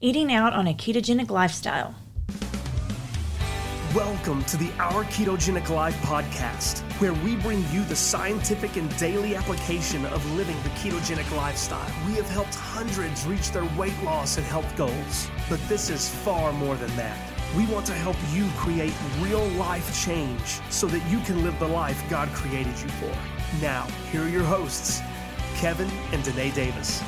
eating out on a ketogenic lifestyle. Welcome to the Our Ketogenic Life podcast, where we bring you the scientific and daily application of living the ketogenic lifestyle. We have helped hundreds reach their weight loss and health goals, but this is far more than that. We want to help you create real life change so that you can live the life God created you for. Now, here are your hosts, Kevin and Danae Davis.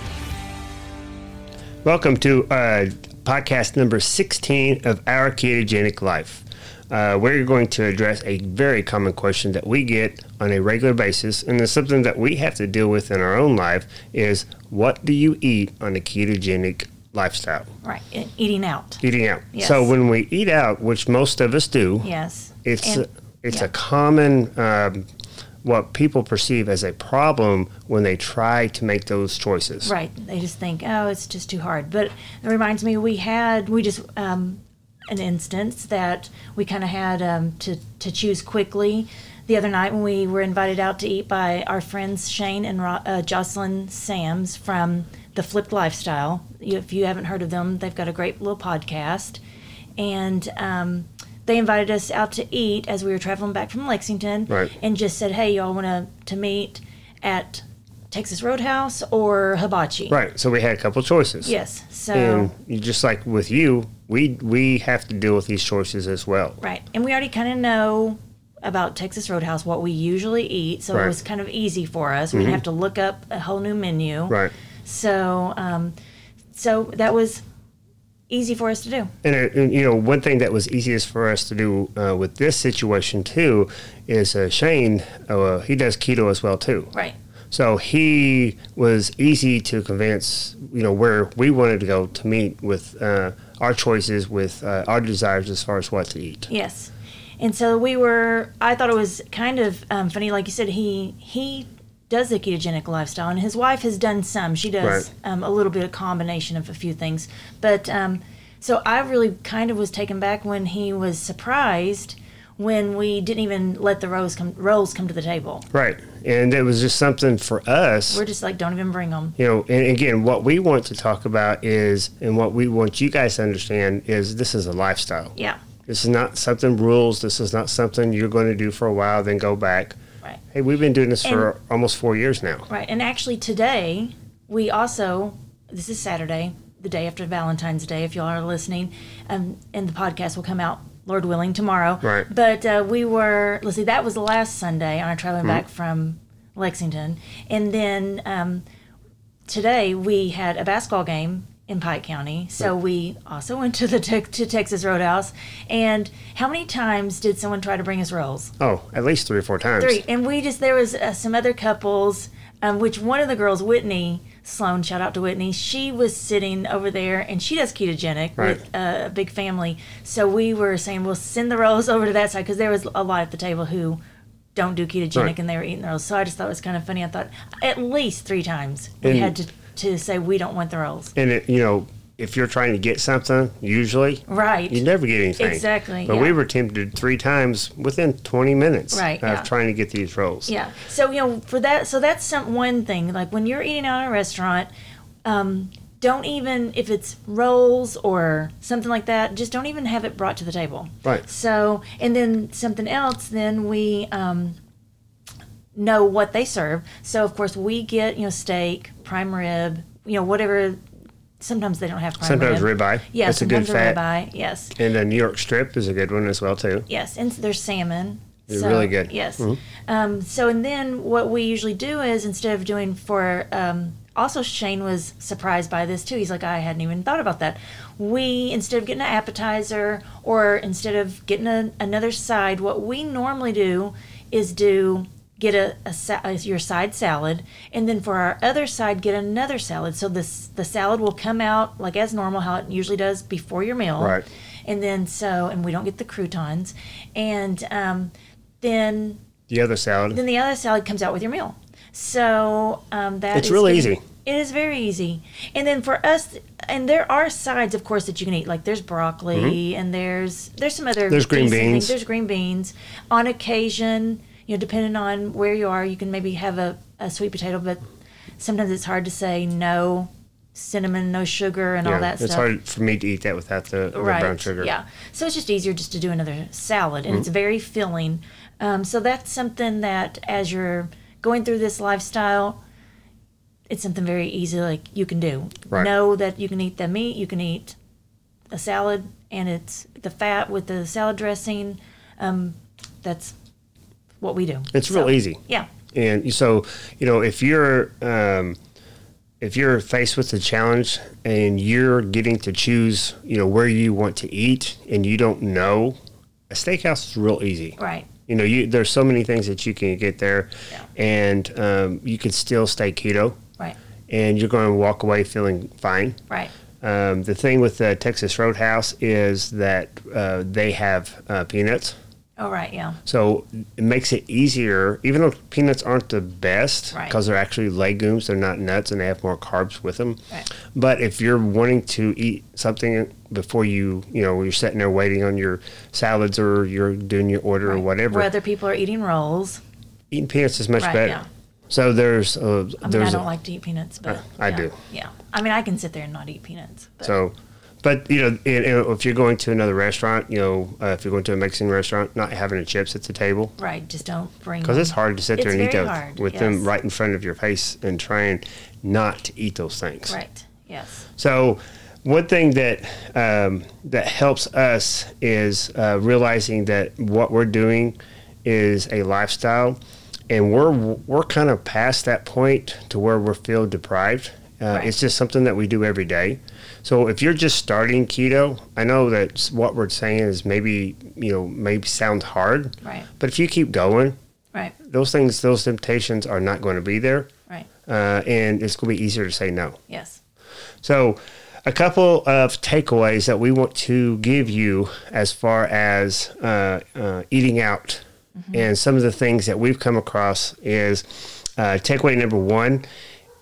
Welcome to uh, podcast number 16 of Our Ketogenic Life. Uh, we're going to address a very common question that we get on a regular basis, and it's something that we have to deal with in our own life is what do you eat on a ketogenic lifestyle? Right, e- eating out. Eating out. Yes. So when we eat out, which most of us do, Yes. it's uh, And- it's yeah. a common um, what people perceive as a problem when they try to make those choices. Right. They just think, oh, it's just too hard. But it reminds me, we had we just um, an instance that we kind of had um, to to choose quickly the other night when we were invited out to eat by our friends Shane and Ro- uh, Jocelyn Sams from the Flipped Lifestyle. You- If you haven't heard of them, they've got a great little podcast, and um, they invited us out to eat as we were traveling back from Lexington, Right. and just said, "Hey, y'all want to to meet at." Texas Roadhouse or Hibachi. Right. So we had a couple choices. Yes. So And you- just like with you, we we have to deal with these choices as well. right, and we already kind of know about Texas Roadhouse what we usually eat, so Right. Mm-hmm. it was kind of easy for us. We didn't have to look up a whole new menu. Right. So, um, so that was easy for us to do. And, uh, and you know, one thing that was easiest for us to do uh, with this situation too is uh, Shane. Uh, he does keto as well too. Right. So he was easy to convince, you know, where we wanted to go to meet with uh, our choices, with uh, our desires as far as what to eat. Yes. And so we were. I thought it was kind of um, funny, like you said. He he does the ketogenic lifestyle, and his wife has done some. She does Right. um, a little bit of combination of a few things. But um, so I really kind of was taken back when he was surprised when we didn't even let the rolls come rolls come to the table. Right. And it was just something for us. We're just like, don't even bring them. you know, and again, what we want to talk about is, and what we want you guys to understand is this is a lifestyle. Yeah. This is not something rules. This is not something you're going to do for a while, then go back. Right. Hey, we've been doing this for almost four years now. Right. And actually, today, we also, this is Saturday, the day after Valentine's Day, if y'all are listening, um, and the podcast will come out, Lord willing, tomorrow. Right. But uh, we were, let's see, that was last Sunday on our traveling back from Lexington. And then um, today, we had a basketball game in Pike County. So we also went to the te- to Texas Roadhouse. And how many times did someone try to bring us rolls? Oh, at least three or four times. three. And we just there was uh, some other couples, um, which one of the girls, Whitney Sloan, shout out to Whitney. She was sitting over there, and she does ketogenic with uh, a big family. So we were saying, we'll send the rolls over to that side because there was a lot at the table who don't do ketogenic, Right. and they were eating the rolls. So I just thought it was kind of funny. I thought at least three times we And- had to to say we don't want the rolls. And, it, you know, if you're trying to get something, usually Right. you never get anything. Exactly, But we yeah. were tempted three times within 20 minutes Right, of yeah. trying to get these rolls. Yeah. So you know, for that, so that's some one thing. Like when you're eating out at a restaurant, um, don't even if it's rolls or something like that, just don't even have it brought to the table. Right. So, and then something else. Then we um, know what they serve. So of course we get you know steak, prime rib, you know whatever. Sometimes they don't have prime Sometimes rib. ribeye. Yeah, That's a good sometimes fat. ribeye. Yes. And the New York strip is a good one as well, too. Yes, and there's salmon. They're really good. Mm-hmm. Yes. Um, so and then what we usually do is instead of doing for um, also Shane was surprised by this too. He's like, I hadn't even thought about that. We instead of getting an appetizer or instead of getting a, another side, what we normally do is do get a, a, sa- a your side salad and then for our other side get another salad so this the salad will come out like as normal how it usually does before your meal Right. and then so and we don't get the croutons and um, then The other salad. then the other salad comes out with your meal so um, that It's is really getting- easy. it is very easy and then for us and there are sides of course that you can eat like there's broccoli and there's there's some other Mm-hmm. There's green decent beans. there's green beans on occasion you know depending on where you are you can maybe have a, a sweet potato but sometimes it's hard to say no cinnamon, no sugar, and yeah, all that it's stuff. hard for me to eat that without the, the brown sugar. Mm-hmm. Yeah. So it's just easier just to do another salad, and it's very filling. Um, so that's something that as you're going through this lifestyle, it's something very easy like you can do. Right. Know that you can eat the meat, you can eat a salad, and it's the fat with the salad dressing. Um, that's what we do. It's real So, easy. Yeah. And so, you know, if you're um, if you're faced with a challenge and you're getting to choose, you know, where you want to eat and you don't know, a steakhouse is real easy. Right. You know, you there's so many things that you can get there, Yeah. and um, you can still stay keto, Right. and you're going to walk away feeling fine. Right. Um, the thing with the Texas Roadhouse is that uh, they have uh, peanuts. All right. Yeah. So it makes it easier, even though peanuts aren't the best Right. because they're actually legumes, they're not nuts, and they have more carbs with them. Right. But if you're wanting to eat something before you, you know, you're sitting there waiting on your salads or you're doing your order or whatever, Where other people are eating rolls. eating peanuts is much Right, better. yeah. So there's, uh, I mean, I there's, don't a- like to eat peanuts, but I yeah, do. Yeah, I mean, I can sit there and not eat peanuts. But so, but you know, and, and if you're going to another restaurant, you know, uh, if you're going to a Mexican restaurant, not having the chips at the table, right, just don't bring Because it's hard to sit there It's and eat very those hard, with them yes. right in front of your face and trying not to eat those things. Right. Yes. So, one thing that um, that helps us is uh, realizing that what we're doing is a lifestyle, and we're we're kind of past that point to where we're feel deprived. Uh, Right. It's just something that we do every day. So if you're just starting keto, I know that s- what we're saying is maybe you know maybe sound hard, Right. but if you keep going, Right. those things, those temptations are not going to be there, Right. uh, and it's going to be easier to say no. Yes. So, a couple of takeaways that we want to give you as far as uh, uh, eating out, Mm-hmm. and some of the things that we've come across is uh, takeaway number one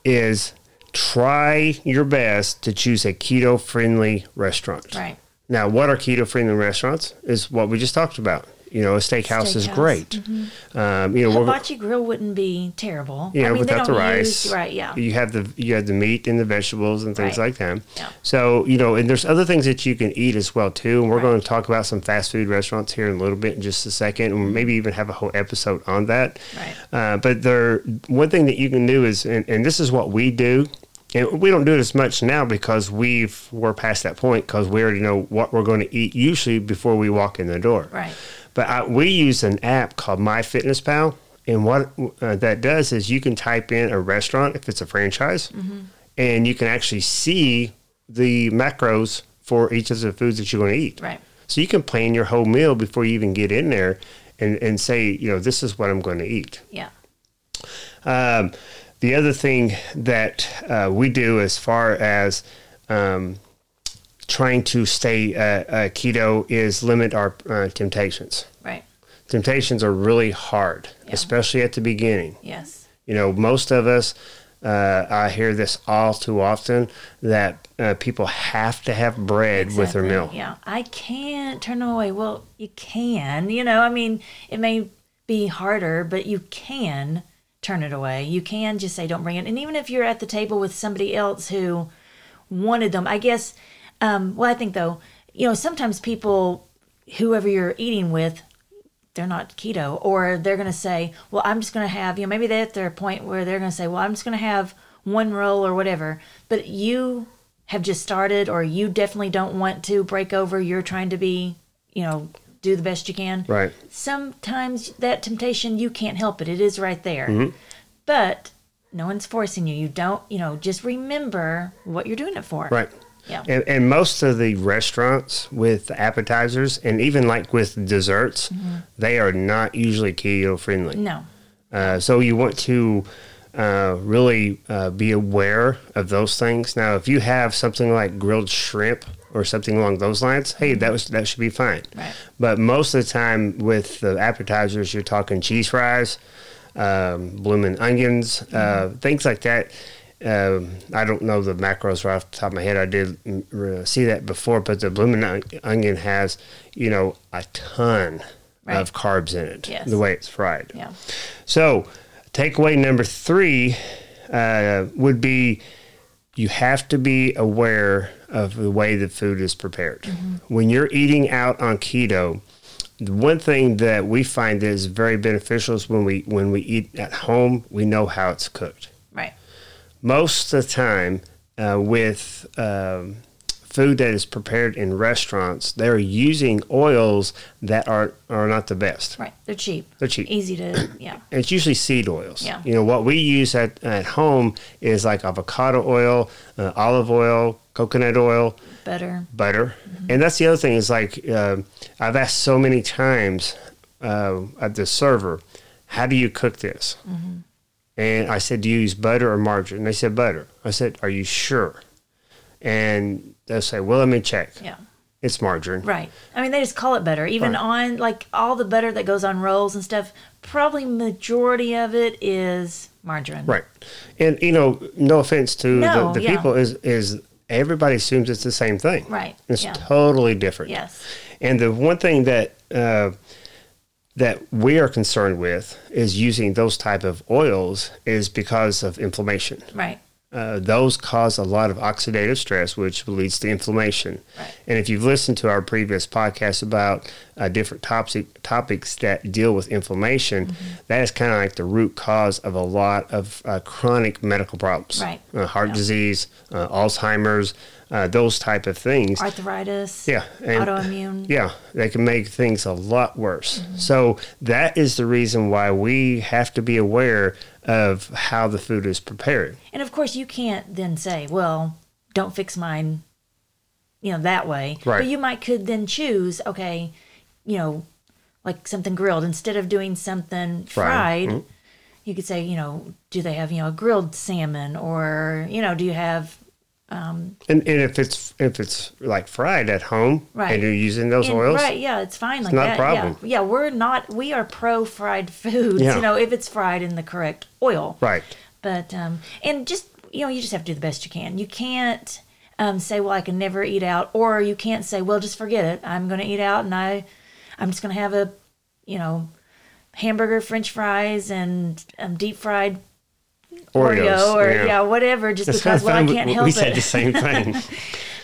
is try your best to choose a keto friendly restaurant. Right. Now, what are keto friendly restaurants? Is what we just talked about. You know, a steakhouse, is Steakhouse. Mm-hmm. great. Um, you know, we're- Hibachi grill wouldn't be terrible. you know, I mean, without they the don't rice, Use, right. Yeah. You have the you have the meat and the vegetables and things Right. like that. Yeah. So you know, and there's other things that you can eat as well too. And we're Right. going to talk about some fast food restaurants here in a little bit in just a second, and maybe even have a whole episode on that. Right. Uh, but there, one thing that you can do is, and, and this is what we do. And we don't do it as much now because we've we're past that point because we already know what we're going to eat usually before we walk in the door. Right. But I, we use an app called MyFitnessPal, and what uh, that does is you can type in a restaurant if it's a franchise, and you can actually see the macros for each of the foods that you're going to eat. Right. So you can plan your whole meal before you even get in there, and and say you know this is what I'm going to eat. Yeah. Um, the other thing that uh, we do as far as um, trying to stay uh, uh, keto is limit our uh, temptations Right. temptations are really hard, especially at the beginning. Yes. You know, most of us, uh, I hear this all too often that uh, people have to have bread with their Exactly. meal. Yeah. I can't turn them away. Well, you can. You know, I mean, it may be harder, but you can turn it away. You can just say, don't bring it. And even if you're at the table with somebody else who wanted them, I guess, um, well, I think though, you know, sometimes people, whoever you're eating with, they're not keto or they're going to say well i'm just going to have you know maybe they're at their point where they're going to say well i'm just going to have one roll or whatever but you have just started or you definitely don't want to break over you're trying to be you know do the best you can Right. sometimes that temptation you can't help it it is right there Mm-hmm. but no one's forcing you you don't you know just remember what you're doing it for Right. yeah And, and most of the restaurants with appetizers and even like with desserts, Mm-hmm. they are not usually keto friendly. no Uh, so you want to uh, really uh, be aware of those things. Now, if you have something like grilled shrimp or something along those lines, hey, that was that should be fine. Right. But most of the time with the appetizers, you're talking cheese fries, um, blooming onions, Mm-hmm. uh, things like that. Um, I don't know the macros right off the top of my head. I did mm, uh, see that before, but the blooming on- onion has, you know, a ton Right. of carbs in it. Yes. The way it's fried. yeah So, takeaway number three uh, would be you have to be aware of the way the food is prepared. When you're eating out on keto, the one thing that we find that is very beneficial is when we when we eat at home, we know how it's cooked. Right. Most of the time, uh, with um, food that is prepared in restaurants, they're using oils that are are not the best. Right. They're cheap. They're cheap. Easy to yeah. It's usually seed oils. Yeah. You know, what we use at, at home is like avocado oil, uh, olive oil, coconut oil, Better. butter. Mm-hmm. And that's the other thing is like, um I've asked so many times uh, at the server, how do you cook this? Mm-hmm. And I said, do you use butter or margarine? And they said, butter. I said, are you sure? And they'll say, well, let me check. Yeah. It's margarine. Right. I mean, they just call it butter. Even Right. on like all the butter that goes on rolls and stuff, probably majority of it is margarine. Right. And you know, no offense to No, the, the yeah. people is is everybody assumes it's the same thing. Right, It's yeah. totally different. Yes. And the one thing that uh, that we are concerned with is using those type of oils is because of inflammation. Right. Uh, those cause a lot of oxidative stress, which leads to inflammation. And if you've listened to our previous podcast about uh, different topic, topics that deal with inflammation, Mm-hmm. that is kind of like the root cause of a lot of uh, chronic medical problems, Right. Uh, heart disease, uh, Alzheimer's, uh, those type of things. Arthritis. Yeah, and- autoimmune. Mm-hmm. Yeah, they can make things a lot worse. So that is the reason why we have to be aware of how the food is prepared. And of course, you can't then say, well, don't fix mine, you know, that way. Right. But you might could then choose, okay, you know, like something grilled instead of doing something Fried. Mm-hmm. fried. You could say, you know, do they have, you know, a grilled salmon or, you know, do you have And, and if it's if it's like fried at home Right. and you're using those And- oils, Right, yeah, it's fine like not a that. problem. Yeah. yeah, we're not we are pro fried foods, Yeah. you know, if it's fried in the correct oil. right? But um and just you know, you just have to do the best you can. You can't um say, Well, I can never eat out or you can't say, Well, just forget it. I'm gonna eat out and I I'm just gonna have a you know, hamburger, french fries and um, deep fried Oreo or yeah, whatever, just It's because kinda well I funny, can't we, help we it. said the same thing,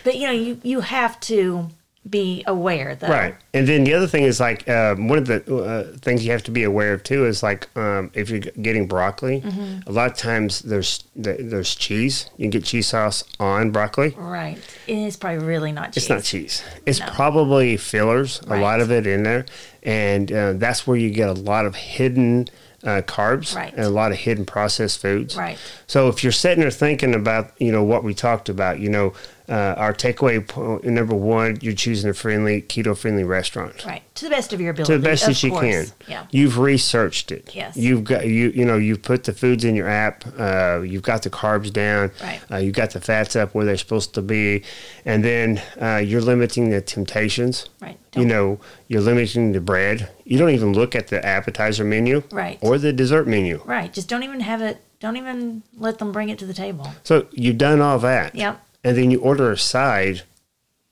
But you know, you you have to be aware though. right? And then the other thing is like um, one of the uh, things you have to be aware of too is like um, if you're getting broccoli, Mm-hmm. a lot of times there's th- there's cheese. You can get cheese sauce on broccoli. Right. And it's probably really not cheese. It's not cheese. It's probably fillers, a lot Right. of it in there, and uh, that's where you get a lot of hidden uh, carbs Right. and a lot of hidden processed foods. Right. So if you're sitting there thinking about you know what we talked about, you know uh, our takeaway po- number one, you're choosing a friendly keto friendly restaurant. Right. To the best of your ability. To the best of that you course. can. Yeah. You've researched it. Yes. You've got you you know you've put the foods in your app. Uh, you've got the carbs down. Right. Uh, you've got the fats up where they're supposed to be, and then uh, you're limiting the temptations. Right. You Don't- know you're limiting the bread. You don't even look at the appetizer menu. Right. Or the dessert menu. Right. Just don't even have it don't even let them bring it to the table. So you've done all that. Yep. And then you order a side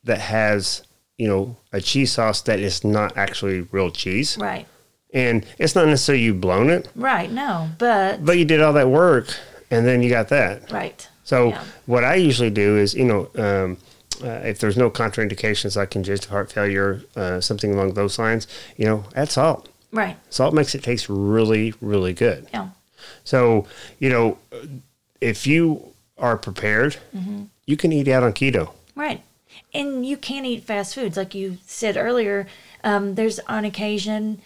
that has, you know, a cheese sauce that is not actually real cheese. Right. And it's not necessarily you've blown it, Right. No. But, but you did all that work and then you got that. right. So Yeah. what I usually do is, you know, um, uh, if there's no contraindications like congestive heart failure, uh, something along those lines, you know, add salt. Right. Salt makes it taste really, really good. Yeah. So, you know, if you are prepared, Mm-hmm. you can eat out on keto. Right. And you can't eat fast foods. Like you said earlier, um, there's on occasion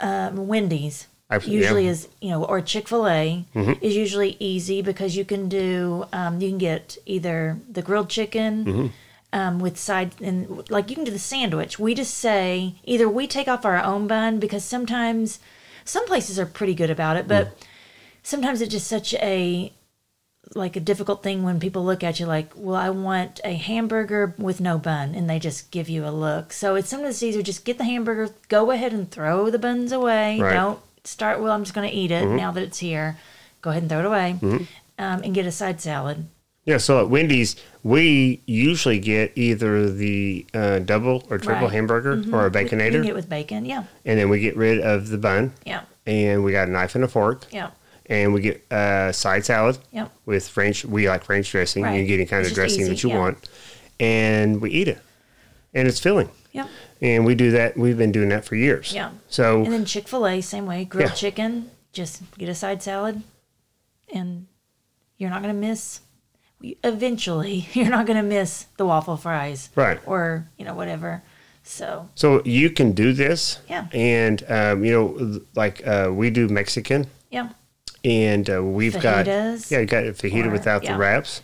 um, Wendy's. I've- yeah. usually is you know or chick-fil-a is usually easy because you can do um, you can get either the grilled chicken um, with side and like you can do the sandwich we just say either we take off our own bun because sometimes some places are pretty good about it but sometimes it's just such a like a difficult thing when people look at you like, well, I want a hamburger with no bun, and they just give you a look. So it's sometimes easier just get the hamburger, go ahead and throw the buns away. Right. Don't start. Well, I'm just going to eat it now that it's here. Go ahead and throw it away, um, and get a side salad. Yeah, so at Wendy's, we usually get either the uh, double or triple Right. hamburger or a You can baconator, get it with bacon. Yeah, and then we get rid of the bun, yeah, and we got a knife and a fork, yeah. and we get uh, side salad Yep. with French. We like French dressing. Right. You're getting kind It's just of dressing easy, that you yeah. want, and we eat it, and it's filling. Yep. And we do that. We've been doing that for years. Yeah. So And then Chick fil A, same way. Grilled Yeah. chicken, just get a side salad, and you're not going to miss, eventually, you're not going to miss the waffle fries. Right. Or, you know, whatever. So, So you can do this. Yeah. And um, you know, like uh, we do Mexican, yeah. and uh, we've Fajitas got yeah, you got a fajita or- without yeah. Mm-hmm. the wraps.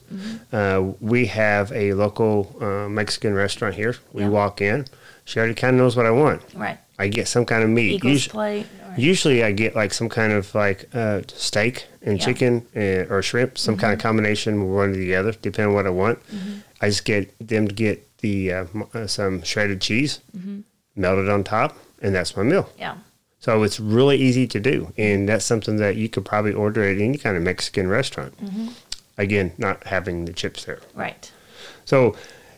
Uh, we have a local uh, Mexican restaurant here. We Yeah. walk in. She already kind of knows what I want. Right. I get some kind of meat. Eagles Usu- plate. Or, Usually, I get like some kind of like uh, steak Yeah. and Mm-hmm. chicken and, or shrimp, some kind of combination one or the other, depending on what I want. I just get them to get the uh, m- uh, some shredded cheese, Mm-hmm. melted on top, and that's my meal. yeah. So it's really easy to do, and that's something that you could probably order at any kind of Mexican restaurant. Mm-hmm. Again, not having the chips there. Right. So,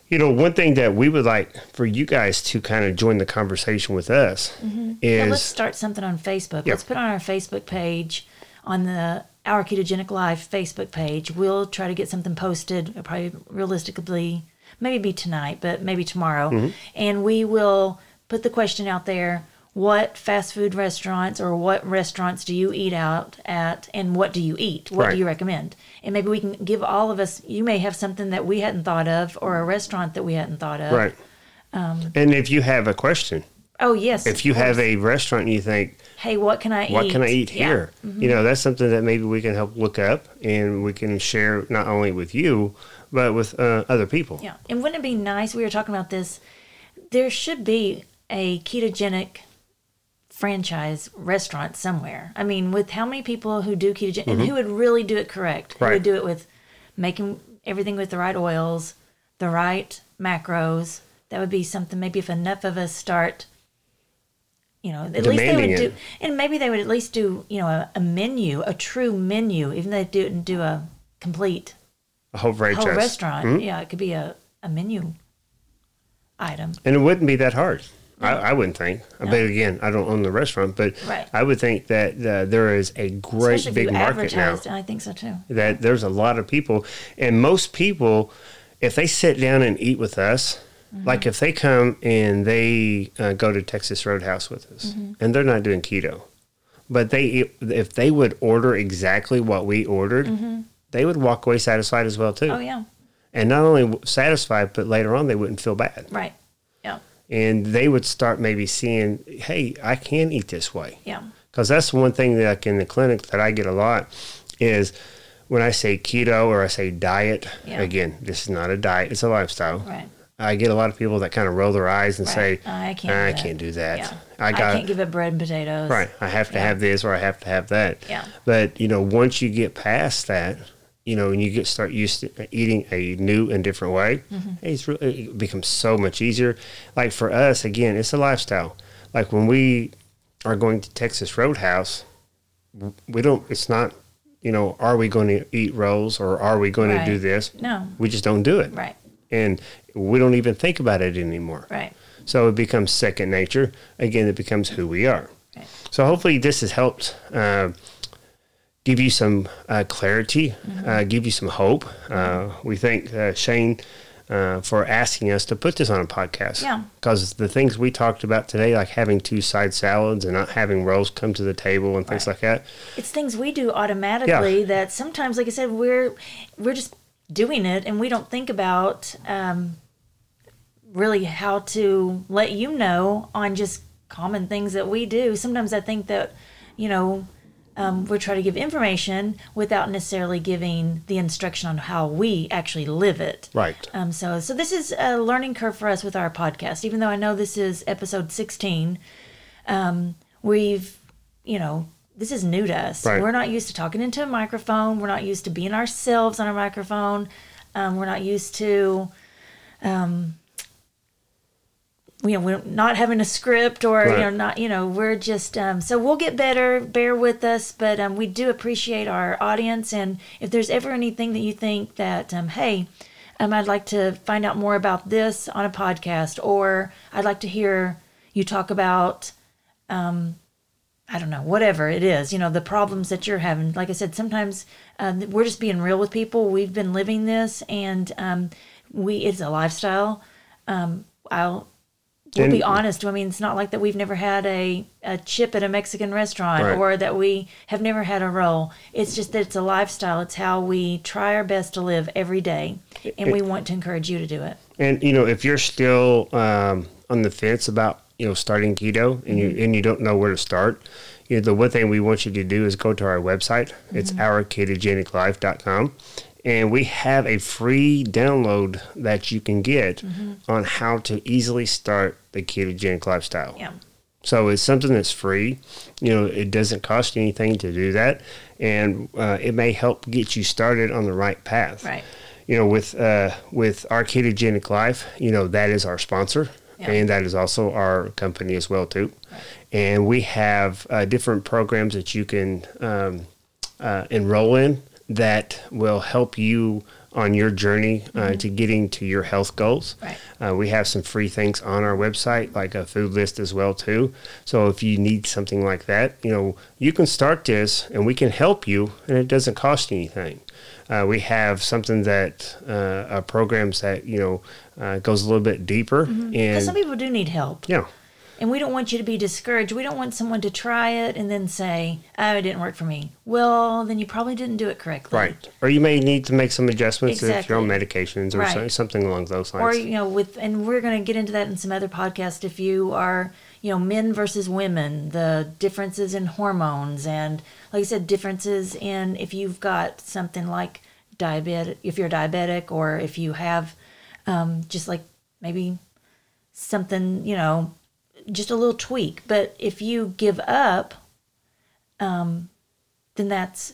you know, one thing that we would like for you guys to kind of join the conversation with us Yeah, Mm-hmm. let's is start something on Facebook. Yeah. Let's put on our Facebook page, on the Our Ketogenic Life Facebook page. We'll try to get something posted, probably realistically, maybe be tonight, but maybe tomorrow. Mm-hmm. And we will put the question out there what fast food restaurants or what restaurants do you eat out at and what do you eat what Right. do you recommend and maybe we can give all of us you may have something that we hadn't thought of or a restaurant that we hadn't thought of right. Um, and if you have a question, oh yes if you have a restaurant and you think, hey what can i what eat can I eat Yeah. Mm-hmm. here? You know, that's something that maybe we can help look up and we can share not only with you, but with uh, other people. Yeah. And wouldn't it be nice? We were talking about this. There should be a ketogenic franchise restaurant somewhere. I mean, with how many people who do ketogenic and who would really do it correct, who Mm-hmm. Right. would do it with making everything with the right oils, the right macros. That would be something maybe if enough of us start you know, at least they Demanding would it. do and maybe they would at least do, you know, a, a menu, a true menu, even though they didn't do a complete A whole franchise. whole restaurant. Hmm? Yeah, it could be a, a menu item. And it wouldn't be that hard. I, I wouldn't think. But again, I don't own the restaurant, but Right. I would think that uh, there is a great Especially big if you market now. advertised. I think so too. that there's a lot of people and most people if they sit down and eat with us Mm-hmm. like if they come and they uh, go to texas roadhouse with us Mm-hmm. and they're not doing keto but they e, if they would order exactly what we ordered they would walk away satisfied as well too Mm-hmm. Oh, yeah. and not only w- satisfied but later on they wouldn't feel bad Right. Yeah. and they would start maybe seeing hey i can eat this way Yeah. because that's one thing that like in the clinic that I get a lot is when I say keto or I say diet. Yeah. Again, this is not a diet; it's a lifestyle. Right. I get a lot of people that kind of roll their eyes and Right. say, I can't "I do that." can't do that. Yeah. I got can't give up bread and potatoes. right. I have to have this or I have to have that." Yeah. But you know, once you get past that. You know, and you get start used to eating a new and different way, Mm-hmm. it's really it becomes so much easier. Like for us, again, it's a lifestyle. Like when we are going to Texas Roadhouse, we don't it's not you know are we going to eat rolls or are we going Right. to do this No. we just don't do it Right. and we don't even think about it anymore Right. so it becomes second nature again it becomes who we are Right. so hopefully this has helped uh, give you some uh, clarity Mm-hmm. uh, give you some hope uh, we thank uh, shane uh, for asking us to put this on a podcast Yeah. because the things we talked about today like having two side salads and not having rolls come to the table and things like that It's things we do automatically that sometimes, like I said, we're we're just doing it and we don't think about um, really how to let you know on just common things that we do. Sometimes I think that you know um, we're trying to give information without necessarily giving the instruction on how we actually live it. right Um, so, so this is a learning curve for us with our podcast. Even though I know this is episode 16, um, we've, you know, this is new to us. Right. We're not used to talking into a microphone. We're not used to being ourselves on a microphone. Um, we're not used to, um, you know, we're not having a script or you Right. know, not you know, we're just um, so we'll get better. Bear with us, but um, we do appreciate our audience. And if there's ever anything that you think that, um, hey, um, I'd like to find out more about this on a podcast, or I'd like to hear you talk about um, I don't know, whatever it is, you know, the problems that you're having. Like I said, sometimes um, we're just being real with people. We've been living this, and um, we it's a lifestyle. Um, I'll we'll And- be honest. I mean, it's not like that we've never had a, a chip at a Mexican restaurant Right. or that we have never had a roll. It's just that it's a lifestyle. It's how we try our best to live every day, and we want to encourage you to do it. And you know, if you're still um, on the fence about you know starting keto and Mm-hmm. you and you don't know where to start, you know, the one thing we want you to do is go to our website. Mm-hmm. It's ourketogeniclife.com. And we have a free download that you can get Mm-hmm. on how to easily start the ketogenic lifestyle. Yeah. So it's something that's free. You know, it doesn't cost you anything to do that, and uh, it may help get you started on the right path. Right. You know, with uh, with our ketogenic life, you know that is our sponsor, Yeah. and that is also our company as well too. And we have uh, different programs that you can um, uh, enroll in that will help you on your journey uh, to getting to your health goals. Mm-hmm. Right. Uh, we have some free things on our website, like a food list as well too. So if you need something like that, you know you can start this, and we can help you, and it doesn't cost you anything. Uh, we have something that uh, uh, programs that you know uh, goes a little bit deeper, Because Mm-hmm. some and people do need help. yeah, And we don't want you to be discouraged. We don't want someone to try it and then say, oh, it didn't work for me. Well, then you probably didn't do it correctly. right. Or you may need to make some adjustments if you're on Exactly. medications or Right. so- something along those lines. Or, you know, with, and we're going to get into that in some other podcast if you are, you know, men versus women, the differences in hormones, and like I said, differences in if you've got something like diabetic, if you're diabetic, or if you have um, just like maybe something, you know, just a little tweak. But if you give up, um, then that's,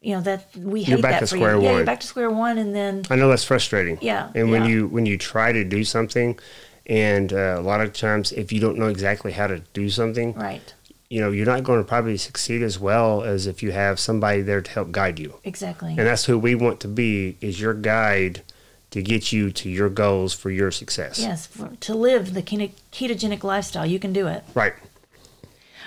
you know, that we hate back that to for square you. Yeah, one. you're back to square one, and then I know that's frustrating. Yeah, And when yeah. you when you try to do something, and uh, a lot of times, if you don't know exactly how to do something, right, you know, you're not going to probably succeed as well as if you have somebody there to help guide you. exactly. And that's who we want to be is your guide to get you to your goals for your success. Yes, for, to live the keto- ketogenic lifestyle, you can do it. Right.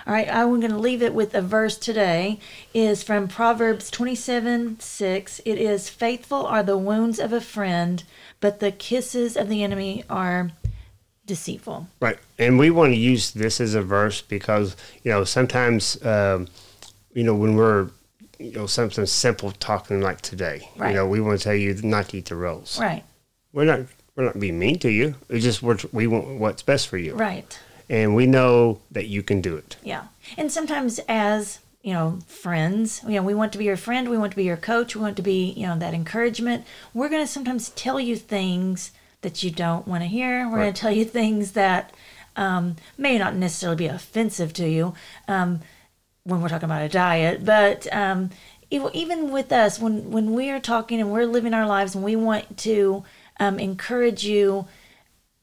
All right, I'm going to leave it with a verse today is from Proverbs 27, 6. It is, faithful are the wounds of a friend, but the kisses of the enemy are deceitful. Right. And we want to use this as a verse because, you know, sometimes, um, you know, when we're, you know, something simple talking like today, Right. you know, we want to tell you not to eat the rolls. Right, We're not, we're not being mean to you. It's just we're, we want what's best for you. right. And we know that you can do it. Yeah. And sometimes as, you know, friends, you know, we want to be your friend, we want to be your coach, we want to be, you know, that encouragement. We're going to sometimes tell you things that you don't want to hear. We're going Right. to tell you things that um, may not necessarily be offensive to you um, when we're talking about a diet, but um, ev- even with us, when, when we are talking and we're living our lives and we want to um, encourage you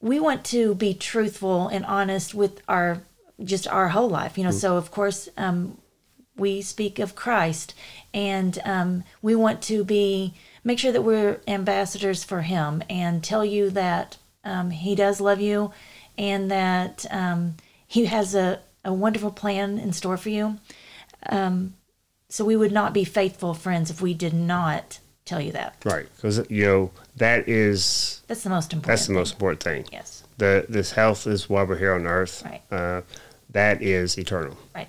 we want to be truthful and honest with our just our whole life you know Mm. so of course um, we speak of christ and um, we want to be make sure that we're ambassadors for him and tell you that um, he does love you and that um, he has a, a wonderful plan in store for you um, so we would not be faithful friends if we did not tell you that Right. Because, you know, that is, that's the most important that's the most important thing. yes the this health is why we're here on earth. Right. Uh, that is eternal. right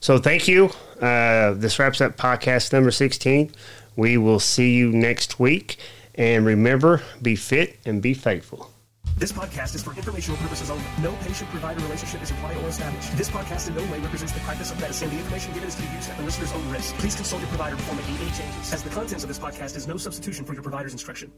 So thank you. Uh, this wraps up podcast number sixteen. We will see you next week. And remember, be fit and be faithful. This podcast is for informational purposes only. No patient-provider relationship is implied or established. This podcast in no way represents the practice of medicine. The information given is to be used at the listener's own risk. Please consult your provider before making any changes, as the contents of this podcast is no substitution for your provider's instruction.